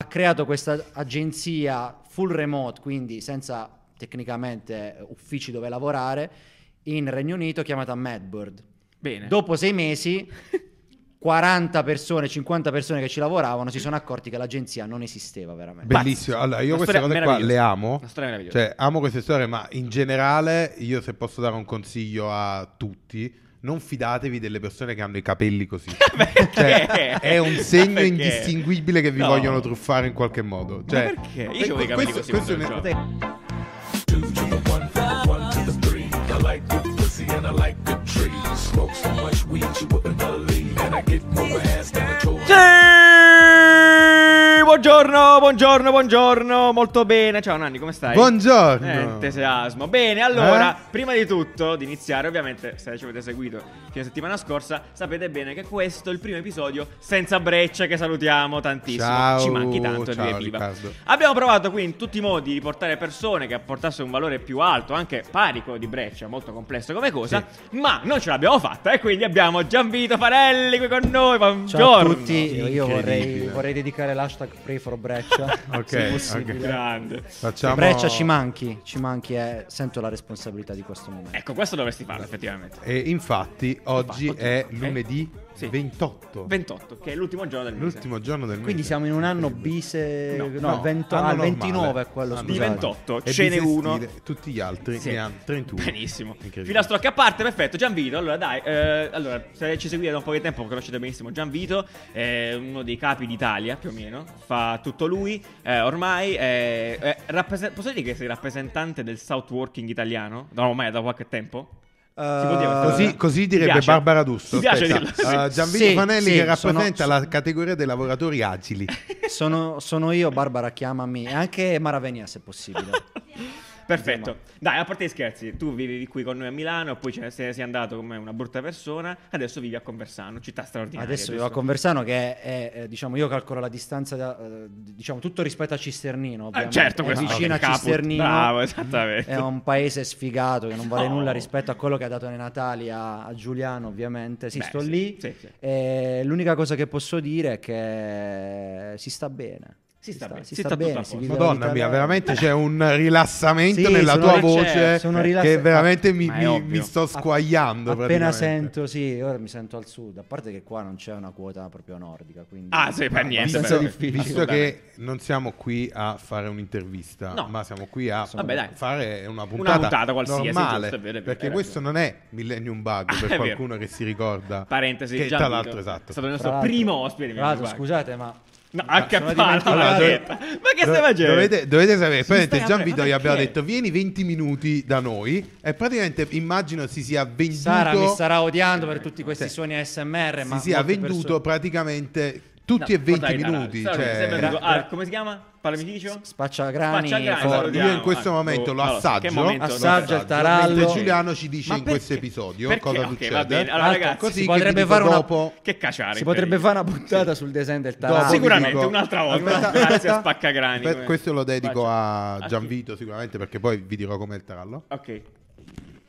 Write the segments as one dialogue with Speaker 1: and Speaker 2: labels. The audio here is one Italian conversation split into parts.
Speaker 1: ha creato questa agenzia full remote, quindi senza tecnicamente eh, uffici dove lavorare, in Regno Unito chiamata Madbird.
Speaker 2: Bene.
Speaker 1: Dopo sei mesi, 40 persone, 50 persone che ci lavoravano si sono accorti che l'agenzia non esisteva veramente.
Speaker 2: Pazzi.
Speaker 3: Bellissimo. Allora, io
Speaker 2: Una
Speaker 3: queste
Speaker 2: storia
Speaker 3: cose qua le
Speaker 2: meravigliosa.
Speaker 3: amo.
Speaker 2: Una storia meravigliosa.
Speaker 3: Cioè, amo queste storie, ma in generale, io se posso dare un consiglio a tutti, non fidatevi delle persone che hanno i capelli così. Cioè, è un segno
Speaker 2: Perché?
Speaker 3: indistinguibile che vi
Speaker 2: No.
Speaker 3: vogliono truffare in qualche modo.
Speaker 2: Ma
Speaker 3: Cioè,
Speaker 2: perché? Io avevo i
Speaker 3: que-
Speaker 2: capelli
Speaker 3: questo-
Speaker 2: così
Speaker 3: questo
Speaker 2: quando ero
Speaker 3: è un-
Speaker 2: giovane.
Speaker 4: Two to the one, from the one to the three. I like the pussy and I like the tree. Smoke so much weed you wouldn't believe. And I get more ass than a toy.
Speaker 2: Sì! Buongiorno, buongiorno, buongiorno, molto bene. Ciao Nanni, come stai?
Speaker 3: Buongiorno.
Speaker 2: Eh, entusiasmo. Bene, allora,
Speaker 3: Eh?
Speaker 2: prima di tutto, di iniziare, ovviamente, se ci avete seguito fino a settimana scorsa, sapete bene che questo è il primo episodio senza breccia che salutiamo tantissimo.
Speaker 3: Ciao,
Speaker 2: ci manchi tanto,
Speaker 3: ciao,
Speaker 2: viva.
Speaker 3: Riccardo.
Speaker 2: Abbiamo provato qui in tutti i modi di portare persone che apportassero un valore più alto, anche parico di breccia, molto complesso come cosa, ma non ce l'abbiamo fatta e quindi abbiamo Gianvito Farelli qui con noi. Buongiorno.
Speaker 1: Ciao a tutti, io vorrei,
Speaker 3: Incredibile.
Speaker 1: vorrei dedicare l'hashtag Pray for Breccia.
Speaker 3: Ok,
Speaker 1: se possibile.
Speaker 3: ok.
Speaker 2: Grande.
Speaker 3: Facciamo...
Speaker 1: Breccia ci manchi, ci manchi e sento la responsabilità di questo momento.
Speaker 2: Ecco, questo dovresti farlo effettivamente.
Speaker 3: E infatti, oggi
Speaker 2: Infatti,
Speaker 3: è
Speaker 2: ok.
Speaker 3: lunedì
Speaker 2: Sì.
Speaker 1: Oh.
Speaker 3: 28.
Speaker 2: 28, che è l'ultimo giorno del mese.
Speaker 3: L'ultimo giorno del mese.
Speaker 1: Quindi siamo in un anno bise,
Speaker 2: No,
Speaker 1: no,
Speaker 3: Eh, No,
Speaker 1: 20
Speaker 3: anno
Speaker 1: ah, il
Speaker 3: normale.
Speaker 1: 29 è quello,
Speaker 3: Anno
Speaker 1: scusate.
Speaker 2: Di
Speaker 3: normale.
Speaker 2: 28,
Speaker 3: È
Speaker 2: ce n'è
Speaker 3: bisestile,
Speaker 2: uno.
Speaker 3: Tutti gli altri
Speaker 2: Sì.
Speaker 3: ne hanno 31.
Speaker 2: Benissimo.
Speaker 3: Incredibile.
Speaker 2: Filastrocche a parte, perfetto. Gianvito, allora dai, eh, allora, se ci seguite da un po' di tempo conoscete benissimo Gianvito, è uno dei capi d'Italia più o meno, fa tutto lui, eh, ormai è, è rappresen- posso dire che sei rappresentante del South Working italiano? No, ormai da qualche tempo? Si può dire questa
Speaker 1: Eh,
Speaker 2: cosa?
Speaker 3: Così, così
Speaker 2: Ti
Speaker 3: direbbe
Speaker 2: piace?
Speaker 3: Barbara D'Usto.
Speaker 2: Ti piace
Speaker 3: Aspetta.
Speaker 2: dirlo? Sì.
Speaker 3: Eh, Gianvito
Speaker 1: Sì,
Speaker 3: Fanelli
Speaker 1: sì,
Speaker 3: che
Speaker 1: sono-
Speaker 3: rappresenta la categoria dei lavoratori agili.
Speaker 1: Sono, sono io, Barbara, chiamami. E anche Maravenia, se possibile.
Speaker 2: Perfetto. Dai, a parte gli scherzi, tu vivi qui con noi a Milano, poi ce ne sei sei andato come una brutta persona, adesso vivi a Conversano, città straordinaria.
Speaker 1: Adesso vivo a
Speaker 2: giusto?
Speaker 1: Conversano, che è, è, eh, diciamo, io calcolo la distanza, da, eh, diciamo, tutto rispetto a Cisternino.
Speaker 2: Eh,
Speaker 1: ovviamente.
Speaker 2: certo,
Speaker 1: è
Speaker 2: questo
Speaker 1: vicino a
Speaker 2: Caput.
Speaker 1: Cisternino.
Speaker 2: Bravo, esattamente.
Speaker 1: È un paese sfigato che non vale
Speaker 2: No.
Speaker 1: nulla rispetto a quello che ha dato nei Natali a, a Giuliano, ovviamente. Sì,
Speaker 2: Beh,
Speaker 1: sto
Speaker 2: sì,
Speaker 1: lì.
Speaker 2: sì, sì.
Speaker 1: E l'unica cosa che posso dire è che si sta bene.
Speaker 2: Si sta bene,
Speaker 1: si
Speaker 2: si
Speaker 1: sta
Speaker 2: sta tutto a
Speaker 1: bene. si
Speaker 2: posto.
Speaker 1: vive la
Speaker 3: Madonna
Speaker 1: vita
Speaker 3: mia,
Speaker 1: bene.
Speaker 3: veramente c'è un rilassamento
Speaker 1: Sì,
Speaker 3: nella
Speaker 1: sono
Speaker 3: tua
Speaker 1: ri-
Speaker 3: voce
Speaker 1: certo, sono
Speaker 3: che
Speaker 1: rilassa-
Speaker 3: veramente mi,
Speaker 2: eh, Ma è
Speaker 3: mi-
Speaker 2: ovvio.
Speaker 3: mi sto squagliando.
Speaker 1: Appena
Speaker 3: praticamente.
Speaker 1: sento, sì, ora mi sento al sud. A parte che qua non c'è una quota proprio nordica, quindi
Speaker 2: Ah, sì, per niente.
Speaker 3: Visto,
Speaker 2: però.
Speaker 3: visto
Speaker 2: Assolutamente.
Speaker 3: che non siamo qui a fare un'intervista,
Speaker 2: No.
Speaker 3: ma siamo qui a
Speaker 2: Vabbè, dai.
Speaker 3: fare una puntata,
Speaker 2: puntata qualsiasi,
Speaker 3: normale,
Speaker 2: giusto, è vero, è vero,
Speaker 3: perché
Speaker 2: hai
Speaker 3: questo non è Millennium Bug
Speaker 2: Ah, è
Speaker 3: per
Speaker 2: vero.
Speaker 3: qualcuno che si ricorda.
Speaker 2: Parentesi,
Speaker 3: che,
Speaker 2: Gianvito
Speaker 3: tra l'altro, esatto.
Speaker 2: È stato
Speaker 1: Tra
Speaker 2: il nostro
Speaker 1: l'altro-
Speaker 2: primo ospite. mi
Speaker 1: Tra l'altro,
Speaker 2: ricordo.
Speaker 1: scusate, ma
Speaker 2: No, anche a
Speaker 1: sono
Speaker 2: palla,
Speaker 1: dimenticato.
Speaker 2: la
Speaker 3: Allora,
Speaker 2: retta. Ma che stai
Speaker 3: Do-
Speaker 2: facendo?
Speaker 3: Dovete, dovete sapere,
Speaker 2: Si
Speaker 3: praticamente
Speaker 2: stai
Speaker 3: Gianvito
Speaker 2: aprendo-
Speaker 3: gli abbiamo
Speaker 2: perché?
Speaker 3: detto vieni 20 minuti da noi e praticamente immagino si sia venduto,
Speaker 1: Sara mi starà odiando per tutti questi
Speaker 3: Sì.
Speaker 1: suoni ASMR.
Speaker 3: si
Speaker 1: ma
Speaker 3: sia
Speaker 1: molte
Speaker 3: venduto
Speaker 1: persone-
Speaker 3: praticamente tutti e 20 minuti. cioè-
Speaker 1: venduto.
Speaker 2: come si chiama? Palamiticio?
Speaker 1: Spacciagrani,
Speaker 2: Spacciagrani,
Speaker 1: forno.
Speaker 2: salutiamo.
Speaker 3: Io in questo
Speaker 2: Ah,
Speaker 3: momento
Speaker 2: boh,
Speaker 3: lo
Speaker 2: allora,
Speaker 3: assaggio,
Speaker 2: che momento?
Speaker 1: Assaggio il tarallo.
Speaker 3: mentre Giuliano ci dice
Speaker 2: Ma
Speaker 3: in questo
Speaker 2: perché?
Speaker 3: episodio
Speaker 2: Perché?
Speaker 3: cosa
Speaker 2: Ok,
Speaker 3: succede.
Speaker 2: va bene. Allora, ragazzi,
Speaker 3: così
Speaker 1: si
Speaker 3: che
Speaker 1: potrebbe
Speaker 3: ti dico
Speaker 1: fare una-
Speaker 3: dopo
Speaker 2: Che cacciare.
Speaker 1: Si potrebbe
Speaker 2: incredibile.
Speaker 1: fare una puntata sul design del
Speaker 3: Dopo
Speaker 1: Tarallo.
Speaker 3: vi
Speaker 2: Sicuramente,
Speaker 3: dico-
Speaker 2: un'altra volta. Grazie a Spaccagrani,
Speaker 3: aspetta,
Speaker 2: come-
Speaker 3: questo lo dedico
Speaker 2: Faccio.
Speaker 3: a
Speaker 2: A chi?
Speaker 3: Gianvito sicuramente perché poi vi dirò com'è il tarallo.
Speaker 2: Ok.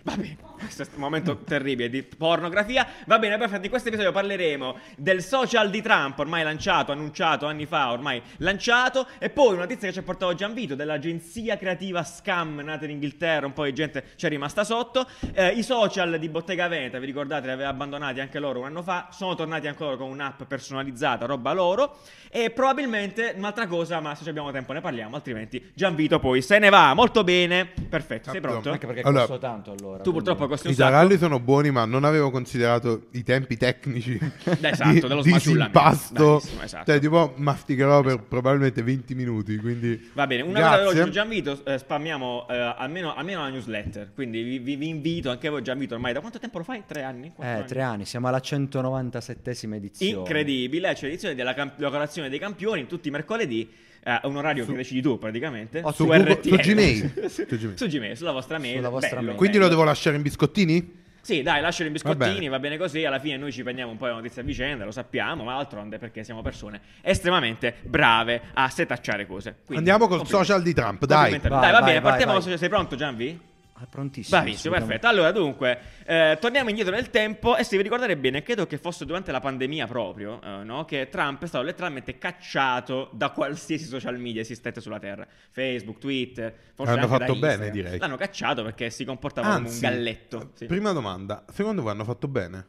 Speaker 2: Va bene, questo è un momento terribile di pornografia. Va bene, perfetto. In questo episodio parleremo del social di Trump, ormai lanciato, annunciato anni fa, ormai lanciato. E poi una notizia che ci ha portato Gianvito dell'agenzia creativa Scam nata in Inghilterra. Un po' di gente ci è rimasta sotto. Eh, I social di Bottega Veneta, vi ricordate, li aveva abbandonati anche loro un anno fa. Sono tornati anche loro con un'app personalizzata, roba loro. E probabilmente un'altra cosa, ma se ci abbiamo tempo ne parliamo, altrimenti Gianvito poi se ne va. Molto bene, perfetto. Sei
Speaker 3: Capito.
Speaker 2: pronto?
Speaker 1: Anche perché
Speaker 3: Allora,
Speaker 1: costa tanto allora.
Speaker 2: Tu
Speaker 1: quindi-
Speaker 2: purtroppo costi un
Speaker 3: I
Speaker 2: sacco.
Speaker 3: taralli sono buoni, ma non avevo considerato i tempi tecnici
Speaker 2: esatto, dello
Speaker 3: di
Speaker 2: smaciullamento.
Speaker 3: disimpasto.
Speaker 2: Bravissimo, esatto.
Speaker 3: Cioè, tipo, masticherò per probabilmente 20 minuti. Quindi,
Speaker 2: Va bene, una
Speaker 3: Grazie.
Speaker 2: cosa veloce, Gianvito, eh, spammiamo eh, almeno, almeno la newsletter, quindi vi, vi- vi invito, anche voi Gianvito ormai da quanto tempo lo fai? Tre anni? Quattro
Speaker 1: Eh,
Speaker 2: anni?
Speaker 1: tre anni, siamo alla 197esima edizione.
Speaker 2: Incredibile, c'è l'edizione della camp- la colazione dei campioni tutti i mercoledì eh, a un orario che decidi tu praticamente.
Speaker 1: Oh,
Speaker 3: su Google-
Speaker 2: RTL.
Speaker 3: su Gmail.
Speaker 2: su
Speaker 3: Su Gmail.
Speaker 2: su Gmail, sulla vostra mail.
Speaker 1: Sulla vostra
Speaker 2: Bello,
Speaker 1: mail.
Speaker 3: quindi
Speaker 2: bello.
Speaker 3: lo devo lasciare in biscottini?
Speaker 2: Sì, dai, lascialo in biscottini, va bene.
Speaker 3: Va bene.
Speaker 2: così. Alla fine noi ci prendiamo un po' le notizie a vicenda, lo sappiamo, ma d'altronde perché siamo persone estremamente brave a setacciare cose. Quindi,
Speaker 3: Andiamo col
Speaker 2: complimenti.
Speaker 3: social di Trump, dai.
Speaker 2: Complimenti. Dai,
Speaker 1: Vai,
Speaker 2: va
Speaker 1: vai,
Speaker 2: bene,
Speaker 1: vai,
Speaker 2: partiamo
Speaker 1: vai.
Speaker 2: dal social. Sei pronto, Gianvi?
Speaker 1: Ah, prontissimo.
Speaker 2: Bravissimo,
Speaker 1: assolutamente.
Speaker 2: perfetto. Allora, dunque, eh, torniamo indietro nel tempo e se vi ricordate bene, credo che fosse durante la pandemia proprio, eh, no? che Trump è stato letteralmente cacciato da qualsiasi social media esistente sulla Terra. Facebook, Twitter, forse
Speaker 3: Hanno
Speaker 2: anche da
Speaker 3: fatto bene,
Speaker 2: Instagram.
Speaker 3: direi.
Speaker 2: L'hanno cacciato perché si comportava come un
Speaker 3: Anzi,
Speaker 2: galletto. sì.
Speaker 3: Prima domanda, secondo voi hanno fatto bene?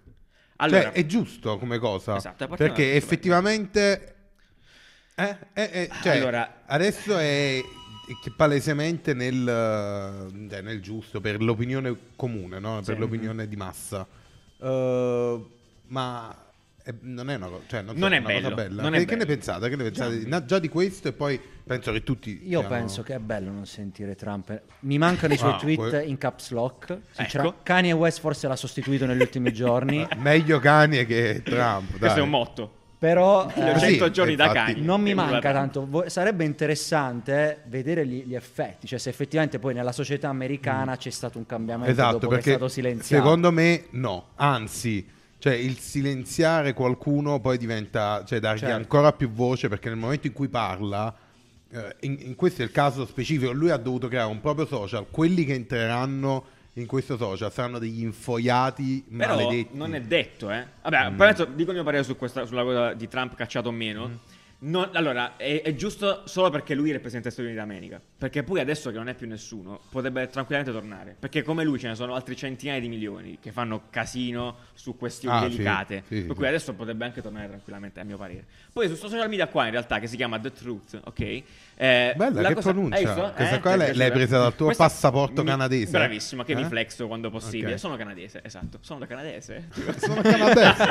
Speaker 2: Allora,
Speaker 3: cioè, è giusto come cosa?
Speaker 2: Esatto, è partito
Speaker 3: perché
Speaker 2: da-
Speaker 3: effettivamente... Eh, eh, eh, cioè,
Speaker 2: Allora-
Speaker 3: adesso è che palesemente nel, eh, nel giusto per l'opinione comune, no? per
Speaker 2: Sì.
Speaker 3: l'opinione di massa. Eh, ma è- non è una, co- cioè, non so,
Speaker 2: Non è
Speaker 3: una cosa
Speaker 2: bello,
Speaker 3: bella.
Speaker 2: non è
Speaker 3: che, che ne
Speaker 2: bello.
Speaker 3: pensate? Che ne pensate?
Speaker 2: Già.
Speaker 3: Già. già di questo e poi penso che tutti...
Speaker 1: Io
Speaker 3: siamo-
Speaker 1: penso che è bello non sentire Trump. Mi mancano i suoi
Speaker 3: Ah,
Speaker 1: tweet
Speaker 3: que-
Speaker 1: in caps lock. Sincera-
Speaker 2: Ecco.
Speaker 1: Kanye West forse l'ha sostituito negli ultimi giorni.
Speaker 3: Meglio Kanye che Trump.
Speaker 2: questo
Speaker 3: dai.
Speaker 2: è un motto.
Speaker 1: Però
Speaker 2: Gli
Speaker 1: eh,
Speaker 2: 100
Speaker 3: sì,
Speaker 2: giorni da
Speaker 3: infatti.
Speaker 2: cani.
Speaker 1: non mi
Speaker 2: Che
Speaker 1: manca
Speaker 2: guarda.
Speaker 1: tanto. Vo- Sarebbe interessante vedere gli, gli effetti. Cioè, se effettivamente poi nella società americana c'è stato un cambiamento
Speaker 3: Mm. Esatto,
Speaker 1: dopo che è
Speaker 3: perché
Speaker 1: stato silenziato.
Speaker 3: secondo me no, anzi, cioè il silenziare qualcuno poi diventa, cioè dargli
Speaker 1: Certo.
Speaker 3: ancora più voce perché nel momento in cui parla, eh, in, in questo è il caso specifico, lui ha dovuto creare un proprio social, quelli che entreranno in questo social saranno degli infoiati
Speaker 2: Però
Speaker 3: maledetti. Mm.
Speaker 2: non è detto, eh. Vabbè, poi adesso dico il mio parere su questa, sulla cosa di Trump cacciato o meno. Non- allora, è, è giusto solo perché lui rappresenta gli Stati Uniti d'America. Perché poi adesso che non è più nessuno, potrebbe tranquillamente tornare. Perché come lui ce ne sono altri centinaia di milioni che fanno casino su questioni
Speaker 3: Ah, sì,
Speaker 2: delicate.
Speaker 3: sì,
Speaker 2: per
Speaker 3: sì.
Speaker 2: cui adesso potrebbe anche tornare tranquillamente, a mio parere. Poi su sto social media qua, in realtà, che si chiama The Truth, ok? Eh,
Speaker 3: Bella,
Speaker 2: la
Speaker 3: che
Speaker 2: cosa-
Speaker 3: pronuncia.
Speaker 2: hai visto?
Speaker 3: Questa
Speaker 2: Eh,
Speaker 3: qua
Speaker 2: ti è
Speaker 3: l'hai-
Speaker 2: piaciuta?
Speaker 3: l'hai presa dal tuo
Speaker 2: Questa
Speaker 3: passaporto
Speaker 2: mi-
Speaker 3: canadese?
Speaker 2: Bravissimo, che mi
Speaker 3: Eh?
Speaker 2: flexo quando possibile.
Speaker 3: Ok.
Speaker 2: Sono canadese, esatto. Sono da canadese.
Speaker 3: Sono canadese.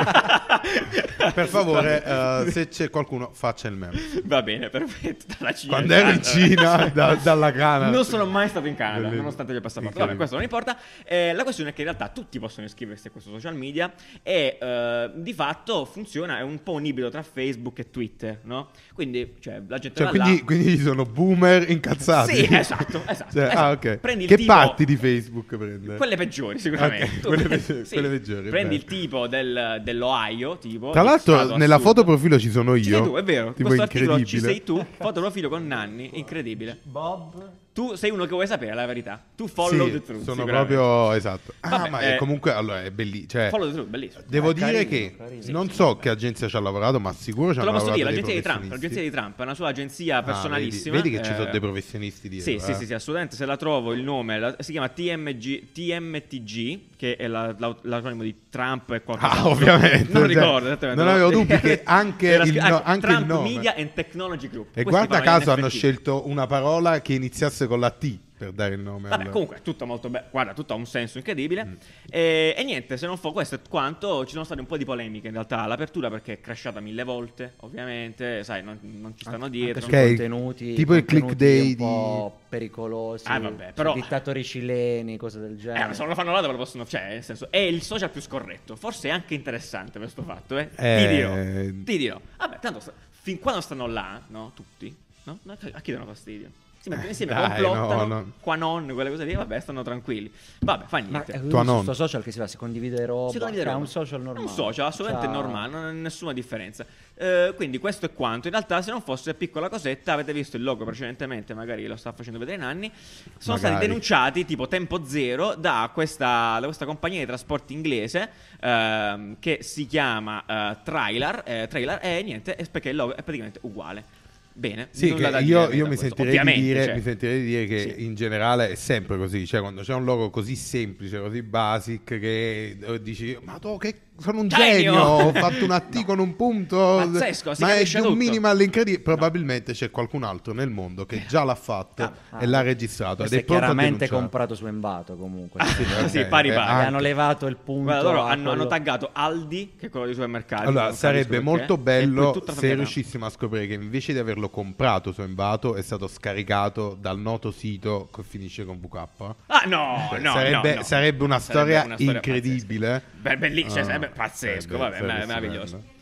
Speaker 3: per favore, eh, se c'è qualcuno, faccia il meme.
Speaker 2: Va bene, perfetto. Dalla Cina.
Speaker 3: Quando ero in Cina, da- dalla Canada.
Speaker 2: Non sono mai stato in Canada,
Speaker 3: Bellissimo.
Speaker 2: nonostante abbia passaporto. Vabbè,
Speaker 3: Incredibile.
Speaker 2: questo non importa. Eh, la questione è che in realtà tutti possono iscriversi a questo social media e eh, di fatto funziona, è un po' un ibrido tra Facebook e Twitter, no? Quindi, cioè, la gente
Speaker 3: Cioè,
Speaker 2: va
Speaker 3: quindi,
Speaker 2: là...
Speaker 3: quindi ci sono boomer incazzati.
Speaker 2: Sì, esatto, esatto,
Speaker 3: Cioè,
Speaker 2: esatto.
Speaker 3: ah, ok.
Speaker 2: Prendi il
Speaker 3: che
Speaker 2: tipo-
Speaker 3: parti di Facebook prende?
Speaker 2: Quelle peggiori, sicuramente.
Speaker 3: Ok,
Speaker 2: Tu
Speaker 3: quelle
Speaker 2: prendi-
Speaker 3: peggiori, quelle peggiori,
Speaker 2: Prendi il
Speaker 3: bello.
Speaker 2: tipo del- dell'Ohio, tipo.
Speaker 3: Tra
Speaker 2: di
Speaker 3: l'altro,
Speaker 2: stato
Speaker 3: nella
Speaker 2: assurdo.
Speaker 3: foto profilo ci sono io.
Speaker 2: Ci sei tu, è vero.
Speaker 3: Tipo
Speaker 2: Questo articolo ci
Speaker 3: incredibile.
Speaker 2: sei tu, foto profilo con Nanni, incredibile.
Speaker 1: Bob
Speaker 2: Tu sei uno che vuoi sapere la verità. Tu follow
Speaker 3: Sì,
Speaker 2: the truth.
Speaker 3: Sono
Speaker 2: sicuramente.
Speaker 3: proprio esatto. Ah,
Speaker 2: Vabbè,
Speaker 3: ma è
Speaker 2: eh,
Speaker 3: comunque allora è bellissimo.
Speaker 2: Follow the truth, bellissimo.
Speaker 3: devo
Speaker 1: è
Speaker 3: dire
Speaker 1: Eh, carino,
Speaker 3: che
Speaker 1: carino.
Speaker 3: non so che agenzia ci ha lavorato, ma sicuro ci
Speaker 2: Te
Speaker 3: hanno
Speaker 2: lo posso
Speaker 3: lavorato.
Speaker 2: dire,
Speaker 3: dei
Speaker 2: l'agenzia di Trump,
Speaker 3: professionisti.
Speaker 2: l'agenzia di Trump è una sua agenzia
Speaker 3: Ah, vedi-
Speaker 2: personalissima.
Speaker 3: vedi, che ci sono
Speaker 2: eh,
Speaker 3: dei professionisti dietro.
Speaker 2: Sì, sì,
Speaker 3: eh.
Speaker 2: sì, sì, assolutamente. Se la trovo il nome, la- si chiama TMG, TMTG, che è la- la- l'acronimo di Trump e qualcosa.
Speaker 3: Ah, ovviamente.
Speaker 2: Non lo
Speaker 3: Cioè,
Speaker 2: ricordo esattamente.
Speaker 3: non
Speaker 2: no.
Speaker 3: avevo dubbi che anche
Speaker 2: Era
Speaker 3: il
Speaker 2: scritto-
Speaker 3: no-
Speaker 2: ah,
Speaker 3: anche il
Speaker 2: Trump
Speaker 3: nome.
Speaker 2: Media and Technology Group.
Speaker 3: E
Speaker 2: Questi
Speaker 3: guarda
Speaker 2: parlano di
Speaker 3: caso hanno
Speaker 2: NFT.
Speaker 3: scelto una parola che iniziasse con la T per dare il nome.
Speaker 2: Vabbè,
Speaker 3: al-
Speaker 2: Ah, comunque è tutto molto bello. Guarda, tutto ha un senso incredibile.
Speaker 3: Mm.
Speaker 2: E, e niente, se non fo questo è quanto. Ci sono state un po' di polemiche in realtà all'apertura perché è crashata mille volte, ovviamente. Sai, non, non ci stanno dietro.
Speaker 3: Ok,
Speaker 1: contenuti,
Speaker 3: tipo il
Speaker 1: contenuti
Speaker 3: click day
Speaker 1: un po' pericolosi,
Speaker 2: Ah, vabbè, però-
Speaker 1: dittatori cileni, cose del
Speaker 2: Eh,
Speaker 1: genere.
Speaker 2: ma se non lo fanno là dove lo possono. Cioè, nel senso, è il social più scorretto. Forse è anche interessante questo fatto, eh.
Speaker 3: Eh.
Speaker 2: Ti dirò. Ti dirò. Vabbè, tanto sta- fin quando stanno là, no? Tutti, no? No, A chi danno fastidio? Si mettono insieme,
Speaker 3: Eh, dai,
Speaker 2: complottano,
Speaker 3: no, no.
Speaker 2: qua non, quelle cose lì, vabbè, stanno tranquilli. Vabbè, fa niente.
Speaker 1: Ma è
Speaker 3: Tua nonna.
Speaker 1: questo social che si va, si condivide roba,
Speaker 2: Si condivide
Speaker 1: cioè, è
Speaker 2: roba.
Speaker 1: un social
Speaker 2: È
Speaker 1: normale.
Speaker 2: Un social, assolutamente
Speaker 1: Cioè,
Speaker 2: normale, non è nessuna differenza. Eh, quindi questo è quanto. In realtà, se non fosse piccola cosetta, avete visto il logo precedentemente, magari lo sta facendo vedere Nanni. Sono stati
Speaker 3: Magari.
Speaker 2: denunciati tipo tempo zero da questa, da questa compagnia di trasporti inglese ehm, che si chiama eh, Trailer, eh, Trailer, e niente, è perché il logo è praticamente uguale. Bene,
Speaker 3: Sì,
Speaker 2: nulla
Speaker 3: che
Speaker 2: da
Speaker 3: io,
Speaker 2: dire
Speaker 3: io
Speaker 2: da
Speaker 3: mi,
Speaker 2: questo.
Speaker 3: sentirei di
Speaker 2: Ovviamente,
Speaker 3: dire,
Speaker 2: cioè.
Speaker 3: mi sentirei di dire che
Speaker 2: Sì.
Speaker 3: in generale è sempre così, cioè quando c'è un logo così semplice, così basic, che eh, dici, ma tu che sono un
Speaker 2: Genio!"
Speaker 3: genio, ho fatto un T
Speaker 2: No.
Speaker 3: con un punto,
Speaker 2: Pazzesco, si
Speaker 3: ma è
Speaker 2: capisce
Speaker 3: di un
Speaker 2: tutto.
Speaker 3: minimal incredibile, probabilmente c'è qualcun altro nel mondo
Speaker 2: Eh.
Speaker 3: che già l'ha fatto
Speaker 1: Ah,
Speaker 3: e l'ha registrato ed
Speaker 1: questo
Speaker 3: è,
Speaker 1: è
Speaker 3: pronto a
Speaker 1: chiaramente
Speaker 3: denunciare.
Speaker 1: comprato su Embato comunque.
Speaker 3: ok,
Speaker 2: Sì, pari
Speaker 3: eh,
Speaker 2: pari.
Speaker 1: Gli
Speaker 3: anche.
Speaker 1: hanno levato il punto.
Speaker 2: Guarda, loro
Speaker 1: a
Speaker 2: hanno, hanno
Speaker 1: quello-
Speaker 2: taggato Aldi, che è quello dei supermercati.
Speaker 3: Allora,
Speaker 2: non capisco
Speaker 3: sarebbe
Speaker 2: perché,
Speaker 3: molto
Speaker 2: e poi
Speaker 3: bello
Speaker 2: tutta la
Speaker 3: se
Speaker 2: proprietà.
Speaker 3: riuscissimo a scoprire che invece di averlo comprato su Envato è stato scaricato dal noto sito che finisce con VK.
Speaker 2: Ah, no,
Speaker 3: Beh,
Speaker 2: no,
Speaker 3: Eh, sarebbe,
Speaker 2: no, no.
Speaker 3: sarebbe una storia
Speaker 2: una storia
Speaker 3: incredibile.
Speaker 2: pazzesca. Beh, bellissima,
Speaker 3: Ah,
Speaker 2: sarebbe pazzesco, vabbè, ma- meraviglioso.
Speaker 3: stupendo.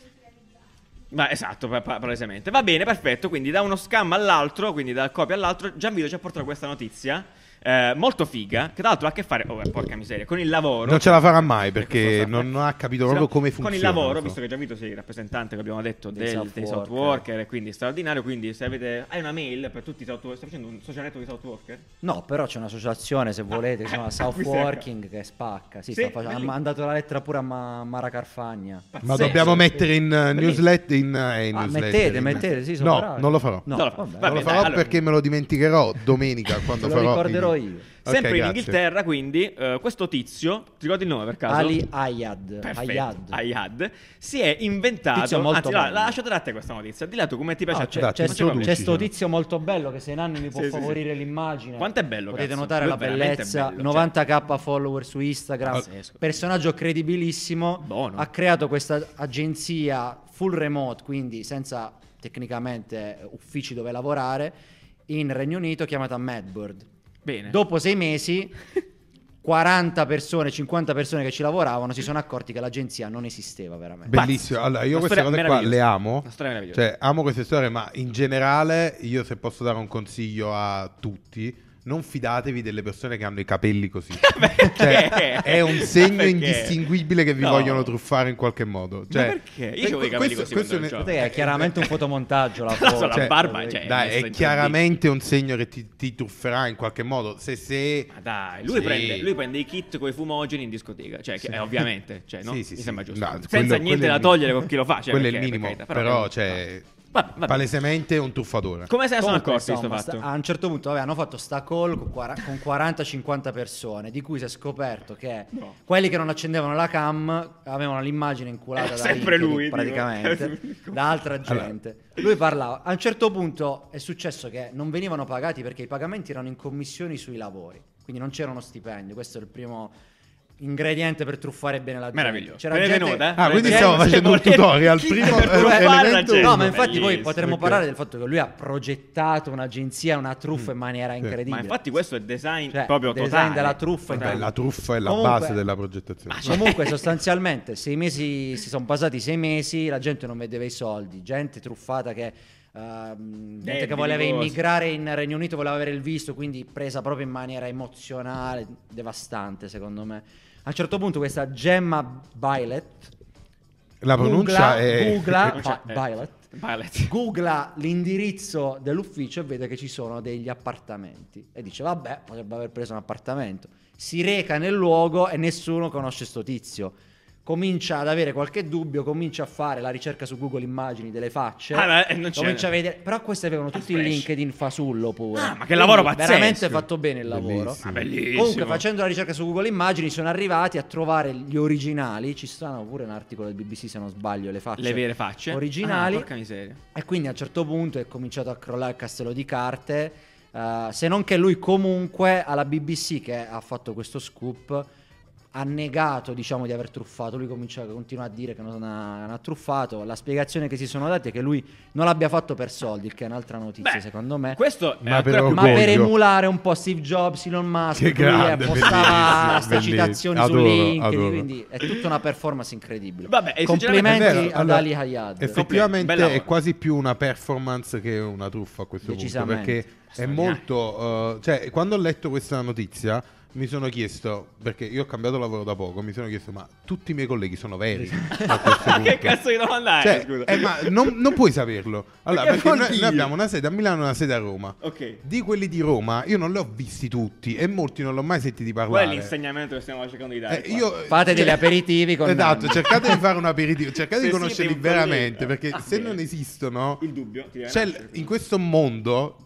Speaker 2: Ma esatto, pa- pa- palesemente. Va bene, perfetto. Quindi da uno scam all'altro, quindi dal copy all'altro, Gianvito ci ha portato questa notizia. eh, molto figa, che tra l'altro ha a che fare, oh, eh, porca miseria, con il lavoro.
Speaker 3: Non ce la farà mai perché
Speaker 2: Ecco, cosa-
Speaker 3: non ha capito
Speaker 2: Se no,
Speaker 3: proprio come funziona.
Speaker 2: Con il lavoro,
Speaker 3: so.
Speaker 2: visto che già Vito sei il rappresentante che abbiamo detto
Speaker 1: Dei
Speaker 2: del-
Speaker 1: South
Speaker 2: dei South
Speaker 1: Worker.
Speaker 2: Worker, e quindi straordinario, quindi se avete hai una mail per tutti i South Worker, stai facendo un social network di South Worker?
Speaker 1: No, però c'è un'associazione, se volete, che si chiama
Speaker 2: Ah,
Speaker 1: South
Speaker 2: qui sembra.
Speaker 1: Working, che spacca. Sì,
Speaker 2: Sì,
Speaker 1: sta facendo- ha
Speaker 2: bellissimo.
Speaker 1: mandato la lettera pure a Ma- Mara Carfagna.
Speaker 3: Ma
Speaker 2: Pazzesco.
Speaker 3: dobbiamo mettere in eh,
Speaker 1: Bellissimo.
Speaker 3: newsletter. In, eh, in
Speaker 1: Ah,
Speaker 3: newsletter,
Speaker 1: mettete,
Speaker 3: in-
Speaker 1: mettete, sì, sono
Speaker 3: No,
Speaker 1: bravi.
Speaker 3: non lo farò.
Speaker 1: No,
Speaker 2: Non lo fa-
Speaker 1: vabbè.
Speaker 2: va
Speaker 3: Non
Speaker 2: bene,
Speaker 3: lo farò
Speaker 2: dai, allora-
Speaker 3: perché me lo dimenticherò domenica
Speaker 1: Te
Speaker 3: quando
Speaker 1: lo
Speaker 3: farò.
Speaker 1: ricorderò
Speaker 3: il-
Speaker 1: io.
Speaker 3: Ok,
Speaker 2: Sempre in
Speaker 3: grazie.
Speaker 2: Inghilterra, quindi, eh, questo tizio, ti ricordi il nome per caso?
Speaker 1: Ali Ayad.
Speaker 2: Perfetto,
Speaker 1: Ayad.
Speaker 2: Ayad. si è inventato.
Speaker 1: Tizio molto
Speaker 2: anzi, no,
Speaker 1: bello.
Speaker 2: la lascio da te questa notizia. Dilla tu come ti piace.
Speaker 1: Ah,
Speaker 2: a te.
Speaker 1: c'è,
Speaker 3: dai,
Speaker 1: c'è
Speaker 3: ti
Speaker 1: sto-
Speaker 3: introduci,
Speaker 1: c'è sto
Speaker 3: dai.
Speaker 1: tizio molto bello che se in anni vi può
Speaker 2: Sì, sì,
Speaker 1: favorire
Speaker 2: sì.
Speaker 1: l'immagine.
Speaker 2: Quanto è bello,
Speaker 1: Potete
Speaker 2: cazzo.
Speaker 1: notare
Speaker 2: Lui
Speaker 1: la
Speaker 2: è veramente
Speaker 1: bellezza.
Speaker 2: bello, cioè.
Speaker 1: 90k follower su Instagram.
Speaker 2: Pazzesco.
Speaker 1: Personaggio credibilissimo.
Speaker 2: Buono.
Speaker 1: Ha creato questa agenzia full remote, quindi senza tecnicamente eh, uffici dove lavorare, in Regno Unito chiamata Madbird.
Speaker 2: Bene.
Speaker 1: Dopo sei mesi, 40 persone, 50 persone che ci lavoravano si sono accorti che l'agenzia non esisteva veramente.
Speaker 3: Bellissimo. Allora, io
Speaker 2: Una
Speaker 3: queste
Speaker 2: storia
Speaker 3: cose qua le
Speaker 2: meravigliosa.
Speaker 3: amo.
Speaker 2: Una storia meravigliosa.
Speaker 3: Cioè, amo queste storie, ma in generale, io se posso dare un consiglio a tutti. Non fidatevi delle persone che hanno i capelli così. Cioè, è un segno
Speaker 2: Perché?
Speaker 3: indistinguibile che vi
Speaker 2: No.
Speaker 3: vogliono truffare in qualche modo. Cioè,
Speaker 2: perché? Io avevo i capelli così quando ero
Speaker 1: Guardate che È chiaramente un fotomontaggio la
Speaker 2: Tra
Speaker 1: foto.
Speaker 2: l'altro la
Speaker 3: Cioè,
Speaker 2: barba, cioè,
Speaker 3: Dai,
Speaker 2: messo in
Speaker 3: è
Speaker 2: tre D.
Speaker 3: chiaramente un segno che ti, ti trufferà in qualche modo. Se, se...
Speaker 2: Ma dai, lui,
Speaker 3: Sì.
Speaker 2: prende, lui prende i kit con i fumogeni in discoteca, cioè, che- eh, ovviamente, cioè, no?
Speaker 3: Sì, sì,
Speaker 2: mi
Speaker 3: sì.
Speaker 2: sembra giusto.
Speaker 3: No,
Speaker 2: Senza
Speaker 3: quello-
Speaker 2: niente
Speaker 3: quello è
Speaker 2: da
Speaker 3: il
Speaker 2: togliere
Speaker 3: minimo.
Speaker 2: con chi lo fa, cioè,
Speaker 3: quello è
Speaker 2: perché-
Speaker 3: il minimo,
Speaker 2: per carità,
Speaker 3: però,
Speaker 2: che-
Speaker 3: cioè,
Speaker 2: Va- va bene.
Speaker 3: palesemente è un truffatore.
Speaker 2: Come se ne sono
Speaker 1: Comunque,
Speaker 2: accorti di sto
Speaker 1: insomma,
Speaker 2: fatto?
Speaker 1: sta- a un certo punto vabbè, hanno fatto sta call con, quara- con 40-50 persone, di cui si è scoperto che
Speaker 2: No.
Speaker 1: quelli che non accendevano la cam avevano l'immagine inculata
Speaker 2: È
Speaker 1: da
Speaker 2: Eh, sempre
Speaker 1: LinkedIn,
Speaker 2: lui, dico.
Speaker 1: praticamente, da altra
Speaker 3: Allora.
Speaker 1: gente. Lui parlava. A un certo punto è successo che non venivano pagati perché i pagamenti erano in commissioni sui lavori, quindi non c'era uno stipendio. Questo è il primo ingrediente per truffare bene la gente.
Speaker 2: Meraviglioso.
Speaker 1: C'era
Speaker 2: Me ne è
Speaker 1: gente-
Speaker 2: venuta, eh?
Speaker 3: Ah, quindi
Speaker 2: Cioè,
Speaker 3: stiamo
Speaker 2: se
Speaker 3: facendo un
Speaker 2: volete-
Speaker 3: tutorial.
Speaker 2: chi-
Speaker 3: Primo
Speaker 2: per
Speaker 3: eh,
Speaker 2: provare la
Speaker 3: elemento
Speaker 2: gente.
Speaker 3: uno.
Speaker 1: No, ma infatti poi
Speaker 2: Bellissimo,
Speaker 1: potremmo
Speaker 3: ok.
Speaker 1: parlare del fatto che lui ha progettato un'agenzia, una truffa in maniera incredibile.
Speaker 2: Ma infatti questo è design
Speaker 1: Cioè,
Speaker 2: proprio
Speaker 1: design
Speaker 2: totale.
Speaker 1: della truffa in
Speaker 3: Vabbè, la truffa è la
Speaker 1: Comunque-
Speaker 3: base della progettazione.
Speaker 2: Ma-
Speaker 1: Comunque, sostanzialmente, sei mesi si sono passati sei mesi, la gente non vedeva i soldi, gente truffata che. ehm, gente che
Speaker 2: Debiti,
Speaker 1: voleva
Speaker 2: cose.
Speaker 1: immigrare in Regno Unito, voleva avere il visto, quindi presa proprio in maniera emozionale, devastante, secondo me. A un certo punto, questa Gemma Violet
Speaker 3: La pronuncia
Speaker 1: googla,
Speaker 3: è...
Speaker 1: googla-
Speaker 2: Non c'è-
Speaker 1: Ba-
Speaker 2: eh,
Speaker 1: Violet.
Speaker 2: Violet.
Speaker 1: googla l'indirizzo dell'ufficio e vede che ci sono degli appartamenti e dice vabbè potrebbe aver preso un appartamento si reca nel luogo e nessuno conosce sto tizio comincia ad avere qualche dubbio comincia a fare la ricerca su Google immagini delle facce
Speaker 2: Ah, ma, eh, non c'era.
Speaker 1: comincia a vedere però questi avevano tutti il
Speaker 2: Flash.
Speaker 1: LinkedIn fasullo pure
Speaker 2: Ah, ma che lavoro
Speaker 1: Quindi
Speaker 2: pazzesco.
Speaker 1: veramente fatto bene il lavoro
Speaker 3: Bellissimo.
Speaker 2: Ah, bellissimo.
Speaker 1: Comunque, facendo la ricerca su Google Immagini, sono arrivati a trovare gli originali. Ci stanno pure un articolo del BBC, se non sbaglio, le facce.
Speaker 2: le vere facce
Speaker 1: originali.
Speaker 2: Ah, porca miseria.
Speaker 1: E quindi a un certo punto è cominciato a crollare il castello di carte. eh, se non che lui, comunque, alla BBC che ha fatto questo scoop. Ha negato, diciamo, di aver truffato. Lui comincia, continua a dire che non ha, non ha truffato. La spiegazione che si sono dati è che lui non l'abbia fatto per soldi, il che è un'altra notizia,
Speaker 2: Beh,
Speaker 1: secondo me.
Speaker 2: Questo è
Speaker 3: Ma
Speaker 2: ancora
Speaker 3: però-
Speaker 2: più
Speaker 1: Ma
Speaker 3: Orgoglio.
Speaker 1: per emulare un po' Steve Jobs, Elon Musk,
Speaker 3: Che
Speaker 1: lui, eh,
Speaker 3: grande,
Speaker 1: postava
Speaker 3: bellissimo,
Speaker 1: queste
Speaker 3: bellissimo.
Speaker 1: citazioni
Speaker 3: Adoro,
Speaker 1: su LinkedIn,
Speaker 3: adoro.
Speaker 1: quindi è tutta una performance incredibile.
Speaker 2: Vabbè, e
Speaker 3: È
Speaker 1: Complimenti
Speaker 3: vero,
Speaker 1: ad
Speaker 3: Eh, allora,
Speaker 1: Ali Hayad.
Speaker 3: Effettivamente
Speaker 2: Bel lavoro.
Speaker 3: è quasi più una performance che una truffa a questo punto.
Speaker 1: Decisamente.
Speaker 3: Perché è
Speaker 2: Straordinario.
Speaker 3: molto. eh, cioè, quando ho letto questa notizia mi sono chiesto, perché io ho cambiato lavoro da poco, mi sono chiesto, ma tutti i miei colleghi sono veri a questo
Speaker 2: Ma
Speaker 3: punto.
Speaker 2: che cazzo di domanda è?
Speaker 3: Cioè,
Speaker 2: Scusa.
Speaker 3: eh, ma non, non puoi saperlo. Allora,
Speaker 2: Perché
Speaker 3: perché,
Speaker 2: vuol
Speaker 3: noi, noi
Speaker 2: dire?
Speaker 3: abbiamo una sede a Milano e una sede a Roma.
Speaker 2: Ok.
Speaker 3: Di quelli di Roma io non li ho visti tutti e molti non l'ho mai sentiti
Speaker 2: Quello è
Speaker 3: parlare.
Speaker 2: l'insegnamento che stiamo cercando di dare.
Speaker 3: Eh,
Speaker 2: qua.
Speaker 3: io-
Speaker 1: Fate degli aperitivi con
Speaker 3: Esatto,
Speaker 1: Nanni.
Speaker 3: cercate di fare un aperitivo, cercate
Speaker 2: Se
Speaker 3: di
Speaker 2: siete
Speaker 3: conoscerli
Speaker 2: un
Speaker 3: veramente,
Speaker 2: collega.
Speaker 3: perché
Speaker 2: Ah,
Speaker 3: se
Speaker 2: bene. eh,
Speaker 3: non esistono,
Speaker 2: Il dubbio ti deve
Speaker 3: c'è
Speaker 2: nascere,
Speaker 3: in
Speaker 2: quindi.
Speaker 3: questo mondo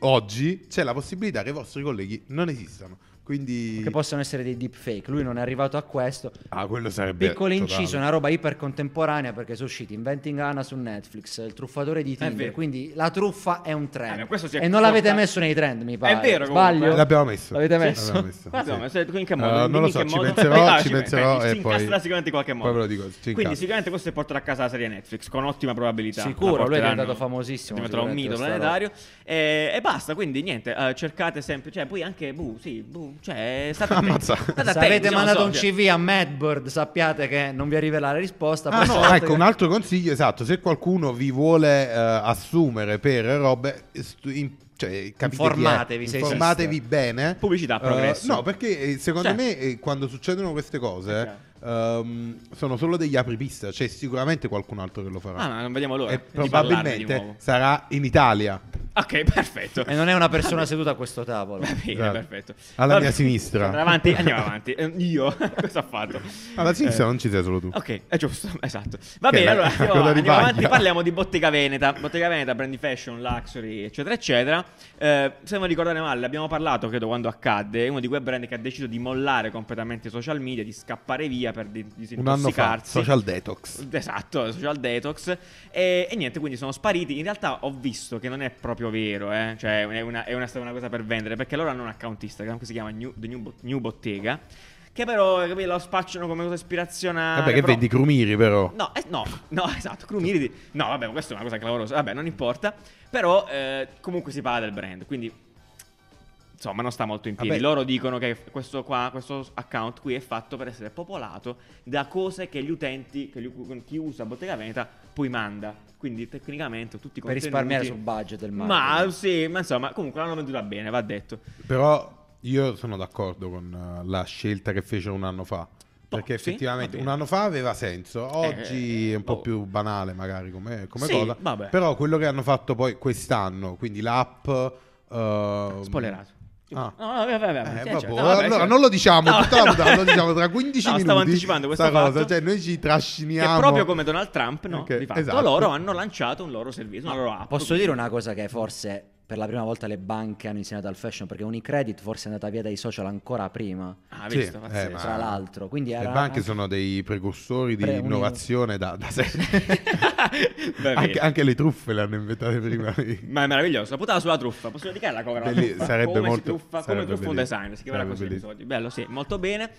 Speaker 3: oggi c'è la possibilità che i vostri colleghi non esistano. Quindi
Speaker 1: che possono essere dei deepfake. Lui non è arrivato a questo.
Speaker 3: Ah, quello sarebbe
Speaker 1: Piccolo
Speaker 3: totale.
Speaker 1: inciso, una roba iper contemporanea perché sono usciti Inventing Anna su Netflix, il truffatore di Tinder,
Speaker 2: vero.
Speaker 1: quindi la truffa è un trend.
Speaker 2: Vabbè, questo si è
Speaker 1: e non l'avete
Speaker 2: porta-
Speaker 1: messo nei trend, mi pare.
Speaker 2: vero, comunque.
Speaker 1: Sbaglio?
Speaker 3: Eh, L'abbiamo messo.
Speaker 1: L'avete
Speaker 3: Sì,
Speaker 1: messo?
Speaker 3: l'abbiamo messo,
Speaker 2: Ma
Speaker 3: sì.
Speaker 2: insomma, se- in che
Speaker 3: Eh,
Speaker 2: modo? Dimmi
Speaker 3: non lo
Speaker 2: in
Speaker 3: so,
Speaker 2: che
Speaker 3: ci
Speaker 2: modo.
Speaker 3: penserò,
Speaker 2: Ah,
Speaker 3: ci
Speaker 2: beh,
Speaker 3: penserò
Speaker 2: beh,
Speaker 3: e
Speaker 2: si
Speaker 3: poi,
Speaker 2: incastrerà sicuramente in qualche modo.
Speaker 3: poi ve lo dico. ci
Speaker 2: Quindi
Speaker 3: incastro.
Speaker 2: sicuramente questo è portato a casa la serie Netflix con ottima probabilità.
Speaker 1: Sicuro,
Speaker 2: La
Speaker 1: lui è
Speaker 2: porteranno-
Speaker 1: diventato famosissimo,
Speaker 2: Diventerà un mito
Speaker 1: sicuramente,
Speaker 2: eh, planetario. E, e basta, quindi niente, eh, cercate sempre, cioè poi anche, buh, sì, buh, Cioè, state
Speaker 3: Ammazza.
Speaker 2: attenti. State
Speaker 1: Se
Speaker 2: attenti,
Speaker 1: avete
Speaker 2: non lo
Speaker 1: mandato
Speaker 2: so,
Speaker 1: un
Speaker 2: cioè-
Speaker 1: CV a Madbird, sappiate che non vi arriva la risposta.
Speaker 3: Ah,
Speaker 1: poi
Speaker 3: no,
Speaker 1: sapete
Speaker 3: ecco,
Speaker 1: che-
Speaker 3: un altro consiglio, esatto, se qualcuno vi vuole eh, assumere per robe, stu- in- cioè, capite chi è,
Speaker 1: Informatevi, se
Speaker 3: informatevi
Speaker 1: esiste.
Speaker 3: bene.
Speaker 2: Pubblicità,
Speaker 3: Eh,
Speaker 2: progresso.
Speaker 3: no, perché eh, secondo
Speaker 2: Cioè.
Speaker 3: me eh, quando succedono queste cose
Speaker 2: Eh,
Speaker 3: ehm, sono solo degli apripista, c'è sicuramente qualcun altro che lo farà.
Speaker 2: Ah, ma non vediamo l'ora.
Speaker 3: e
Speaker 2: di parlarne di
Speaker 3: Eh, probabilmente
Speaker 2: nuovo.
Speaker 3: sarà in Italia,
Speaker 2: Ok, perfetto.
Speaker 1: E non è una persona seduta a questo tavolo.
Speaker 2: Va bene,
Speaker 3: Esatto.
Speaker 2: perfetto.
Speaker 3: alla
Speaker 2: Va
Speaker 3: mia
Speaker 2: bene.
Speaker 3: sinistra.
Speaker 2: Andiamo avanti, andiamo avanti. Eh, Io cosa ho fatto?
Speaker 3: Alla sinistra
Speaker 2: Eh,
Speaker 3: non ci sei solo tu.
Speaker 2: Ok, è giusto, esatto. Va
Speaker 3: Che
Speaker 2: bene,
Speaker 3: è la-
Speaker 2: allora andiamo,
Speaker 3: la coda di
Speaker 2: andiamo avanti,
Speaker 3: paglia.
Speaker 2: parliamo di Bottega Veneta. Bottega Veneta, brand fashion, luxury, eccetera, eccetera. Eh, se non ricordare male, abbiamo parlato, credo, quando accadde, è uno di quei brand che ha deciso di mollare completamente i social media, di scappare via per di-
Speaker 3: Un anno fa,
Speaker 2: disintossicarsi.
Speaker 3: social detox.
Speaker 2: Esatto, social detox. E, e niente, quindi sono spariti. In realtà ho visto che non è proprio vero, eh. cioè è, una, è una- stata una cosa per vendere, perché loro hanno un account Instagram che si chiama New, The New, Bo- New Bottega, che però capito, lo spacciano come cosa ispirazionale.
Speaker 3: Vabbè, che
Speaker 2: Ah, però-
Speaker 3: vendi crumiri però.
Speaker 2: No, eh, no, no, esatto, Crumiri. No, vabbè, ma questa è una cosa clamorosa. Vabbè, non importa. Però eh, comunque si parla del brand, quindi insomma, non sta molto in piedi.
Speaker 3: Vabbè.
Speaker 2: Loro dicono che questo qua, questo account qui è fatto per essere popolato da cose che gli utenti, che gli- chi usa Bottega Veneta poi manda. Quindi tecnicamente tutti i
Speaker 1: Per
Speaker 2: contenuti
Speaker 1: risparmiare sul budget del marketing.
Speaker 2: Ma sì, ma insomma, comunque l'hanno venduta bene, va detto.
Speaker 3: Però io sono d'accordo con eh, la scelta che fecero un anno fa. Perché
Speaker 2: Boh, sì, va
Speaker 3: effettivamente
Speaker 2: bene.
Speaker 3: un anno fa aveva senso, oggi
Speaker 2: Eh,
Speaker 3: è un po'
Speaker 2: boh.
Speaker 3: più banale magari come, come
Speaker 2: Sì,
Speaker 3: cosa.
Speaker 2: vabbè.
Speaker 3: Però quello che hanno fatto poi quest'anno, quindi l'app... ehm,
Speaker 2: Spoilerato.
Speaker 3: Ah.
Speaker 2: No, no, vabbè, vabbè,
Speaker 3: Eh,
Speaker 2: vabbè,
Speaker 3: vabbè,
Speaker 2: certo, no, vabbè,
Speaker 3: allora
Speaker 2: certo.
Speaker 3: non lo diciamo,
Speaker 2: No,
Speaker 3: tutta la
Speaker 2: no.
Speaker 3: puntata, lo diciamo tra 15
Speaker 2: No,
Speaker 3: minuti.
Speaker 2: stavo anticipando questo
Speaker 3: sta cosa,
Speaker 2: fatto.
Speaker 3: cioè noi ci
Speaker 2: Che
Speaker 3: trasciniamo.
Speaker 2: proprio come Donald Trump, no?
Speaker 3: Ok,
Speaker 2: di fatto,
Speaker 3: esatto.
Speaker 2: loro hanno lanciato un loro servizio, una loro app.
Speaker 1: Posso dire una cosa che forse per la prima volta le banche hanno insegnato al fashion, perché Unicredit forse è andata via dai social ancora prima,
Speaker 2: Ah,
Speaker 3: Sì,
Speaker 2: visto,
Speaker 3: eh,
Speaker 2: pazzesco.
Speaker 3: ma-
Speaker 1: tra l'altro. Quindi
Speaker 3: Le
Speaker 1: era
Speaker 3: banche sono dei precursori di
Speaker 1: Pre- un-
Speaker 3: innovazione da, da sempre.
Speaker 2: Va bene.
Speaker 3: anche, anche le truffe le hanno inventate prima.
Speaker 2: Ma è meraviglioso, la puntata sulla truffa, posso dedicare la cover alla
Speaker 3: Belli-
Speaker 2: truffa?
Speaker 3: sarebbe
Speaker 2: come
Speaker 3: molto-
Speaker 2: si truffa, come
Speaker 3: sarebbe
Speaker 2: truffa un
Speaker 3: bellissimo.
Speaker 2: designer, si chiamerà
Speaker 3: Sarebbe
Speaker 2: così
Speaker 3: bellissimo.
Speaker 2: l'episodio. Bello, sì, molto bene.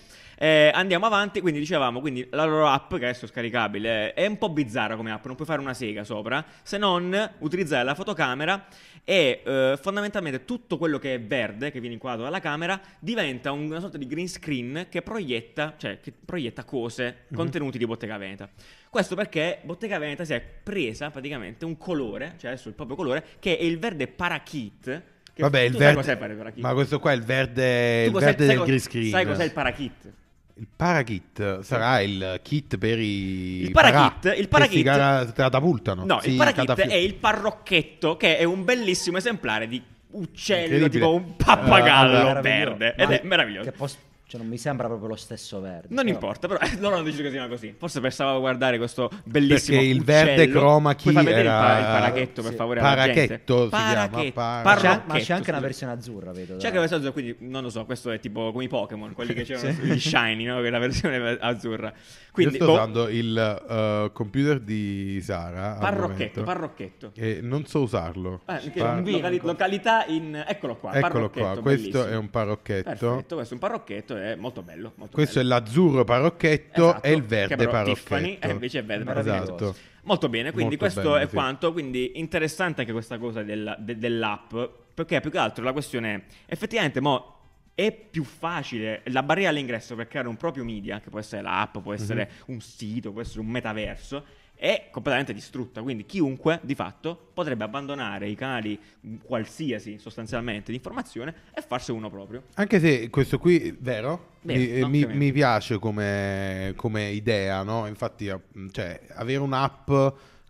Speaker 2: Eh, andiamo avanti, quindi dicevamo, quindi la loro app che adesso è scaricabile è un po' bizzarra come app, non puoi fare una sega sopra, se non utilizzare la fotocamera e eh, fondamentalmente tutto quello che è verde, che viene inquadrato dalla camera, diventa un- una sorta di green screen che proietta, cioè, che proietta cose,
Speaker 3: Mhm.
Speaker 2: contenuti di Bottega Veneta. Questo perché Bottega Veneta si è presa praticamente un colore, cioè adesso il proprio colore, che è il verde parakit. Che
Speaker 3: Vabbè,
Speaker 2: tu
Speaker 3: il
Speaker 2: sai
Speaker 3: verde...
Speaker 2: cos'è il parakit?
Speaker 3: Ma questo qua è il verde,
Speaker 2: Tu
Speaker 3: il
Speaker 2: cos'è-
Speaker 3: verde
Speaker 2: sai
Speaker 3: del
Speaker 2: cos-
Speaker 3: green screen.
Speaker 2: Sai cos'è il parakit?
Speaker 3: Il parakit sarà il kit per i.
Speaker 2: Il parakit-
Speaker 3: parà,
Speaker 2: il
Speaker 3: che si
Speaker 2: parakit-
Speaker 3: cara- catapultano.
Speaker 2: No,
Speaker 3: si
Speaker 2: il parakit
Speaker 3: catapultano.
Speaker 2: è il parrocchetto, che è un bellissimo esemplare di uccello,
Speaker 3: Incredibile.
Speaker 2: tipo un
Speaker 3: Eh,
Speaker 2: pappagallo
Speaker 3: meraviglioso.
Speaker 2: verde.
Speaker 1: Ma
Speaker 2: Ed è
Speaker 1: che-
Speaker 2: meraviglioso.
Speaker 1: che pos- cioè, non mi sembra proprio lo stesso verde.
Speaker 2: Non
Speaker 1: però-
Speaker 2: importa, però eh, loro hanno deciso che si chiama così. Forse pensavo a guardare questo bellissimo
Speaker 3: Perché il
Speaker 2: uccello.
Speaker 3: verde chroma key
Speaker 2: Puoi far vedere il, pa- il
Speaker 3: era-
Speaker 2: parachetto, per
Speaker 1: sì.
Speaker 2: favore. alla
Speaker 3: Parachetto
Speaker 2: gente?
Speaker 3: si chiama,
Speaker 2: Parachetto.
Speaker 3: par-
Speaker 1: C'è an-
Speaker 2: Parrocchetto,
Speaker 1: ma c'è anche una
Speaker 2: scusa.
Speaker 1: versione azzurra, vedo. dai.
Speaker 2: C'è anche la versione azzurra, quindi non lo so, questo è tipo come i Pokémon, quelli che c'erano gli shiny, no? Che è la versione azzurra. Quindi,
Speaker 3: Io sto
Speaker 2: boh,
Speaker 3: usando il eh, computer di Sara. al
Speaker 2: parrocchetto,
Speaker 3: momento,
Speaker 2: parrocchetto.
Speaker 3: E non so usarlo.
Speaker 2: Ah, che
Speaker 3: Par-
Speaker 1: vi-
Speaker 2: locali- località in... Eccolo qua,
Speaker 3: Eccolo qua,
Speaker 2: parrocchetto,
Speaker 3: questo
Speaker 2: bellissimo.
Speaker 3: è un parrocchetto.
Speaker 2: Perfetto, questo è un parrocchetto, è molto bello. molto
Speaker 3: Questo è
Speaker 2: bello.
Speaker 3: l'azzurro parrocchetto
Speaker 2: Esatto,
Speaker 3: e il
Speaker 2: che
Speaker 3: verde
Speaker 2: però
Speaker 3: parrocchetto.
Speaker 2: Tiffany è invece il verde
Speaker 1: meraviglioso.
Speaker 3: Esatto.
Speaker 2: Molto bene, quindi
Speaker 3: Molto
Speaker 2: questo
Speaker 3: bello,
Speaker 2: è
Speaker 3: sì.
Speaker 2: quanto. Quindi interessante anche questa cosa della- de- dell'app, perché più che altro la questione è, effettivamente, mo è più facile la barriera all'ingresso per creare un proprio media, che può essere l'app,
Speaker 3: Mhm.
Speaker 2: può essere un sito, può essere un metaverso, è completamente distrutta. Quindi chiunque, di fatto, potrebbe abbandonare i canali mh, qualsiasi, sostanzialmente, di informazione e farsi uno proprio.
Speaker 3: Anche se questo qui, vero?
Speaker 2: Vero,
Speaker 3: mi, eh, mi-
Speaker 2: assolutamente.
Speaker 3: mi piace come, come idea, no? Infatti, eh, cioè, avere un'app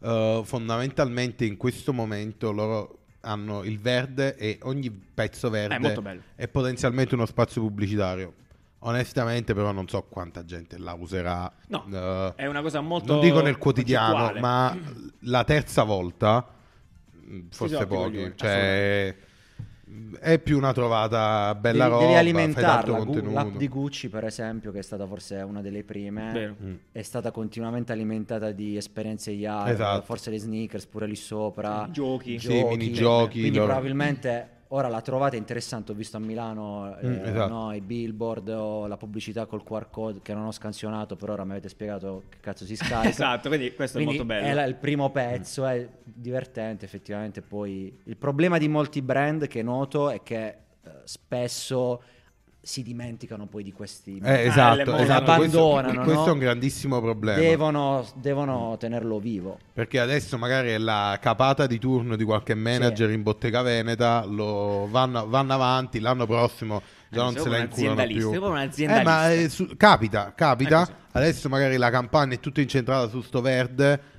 Speaker 3: eh, fondamentalmente in questo momento loro hanno il verde e ogni pezzo verde
Speaker 2: È Eh, molto bello.
Speaker 3: è potenzialmente uno spazio pubblicitario. Onestamente, però, non so quanta gente la userà.
Speaker 2: No,
Speaker 3: eh,
Speaker 2: è una cosa molto
Speaker 3: non dico nel quotidiano,
Speaker 2: concettuale.
Speaker 3: ma la terza volta, mh, forse
Speaker 2: sì,
Speaker 3: pochi.
Speaker 2: voglio-
Speaker 3: Cioè, mh, è più una trovata bella
Speaker 1: devi,
Speaker 3: roba.
Speaker 1: devi
Speaker 3: fai tanto
Speaker 1: alimentarla. Gu- l'app
Speaker 3: contenuto.
Speaker 1: di Gucci, per esempio, che è stata forse una delle prime,
Speaker 2: Vero.
Speaker 3: Mm.
Speaker 1: è stata continuamente alimentata di esperienze IAR,
Speaker 3: Esatto.
Speaker 1: forse le sneakers pure lì sopra.
Speaker 2: I giochi.
Speaker 3: Sì, i minigiochi,
Speaker 1: Quindi
Speaker 3: loro-
Speaker 1: probabilmente ora la trovate interessante, ho visto a Milano eh,
Speaker 3: Mm, esatto.
Speaker 1: no, i billboard o la pubblicità col QR code che non ho scansionato, per ora mi avete spiegato che cazzo si scarica.
Speaker 2: Esatto, quindi questo
Speaker 1: Quindi
Speaker 2: è molto bello.
Speaker 1: la- il primo pezzo, è divertente effettivamente. Poi il problema di molti brand che noto è che eh, spesso si dimenticano poi di questi
Speaker 2: le
Speaker 3: Eh, esatto,
Speaker 2: mani.
Speaker 3: esatto. Questo,
Speaker 1: Abbandonano,
Speaker 3: questo
Speaker 1: no?
Speaker 3: è un grandissimo problema.
Speaker 1: devono, devono tenerlo vivo.
Speaker 3: Perché adesso magari è la capata di turno di qualche manager in bottega veneta, lo vanno, vanno avanti, l'anno prossimo
Speaker 1: Eh,
Speaker 3: già non
Speaker 2: Sei
Speaker 3: Eh, se
Speaker 2: proprio
Speaker 3: la
Speaker 2: un
Speaker 3: inculano
Speaker 2: aziendalista,
Speaker 3: più.
Speaker 2: sei proprio un
Speaker 3: Eh, ma
Speaker 2: aziendalista.
Speaker 3: eh, su- capita, capita.
Speaker 2: Eh, così.
Speaker 3: Adesso magari la campagna è tutta incentrata su sto verde.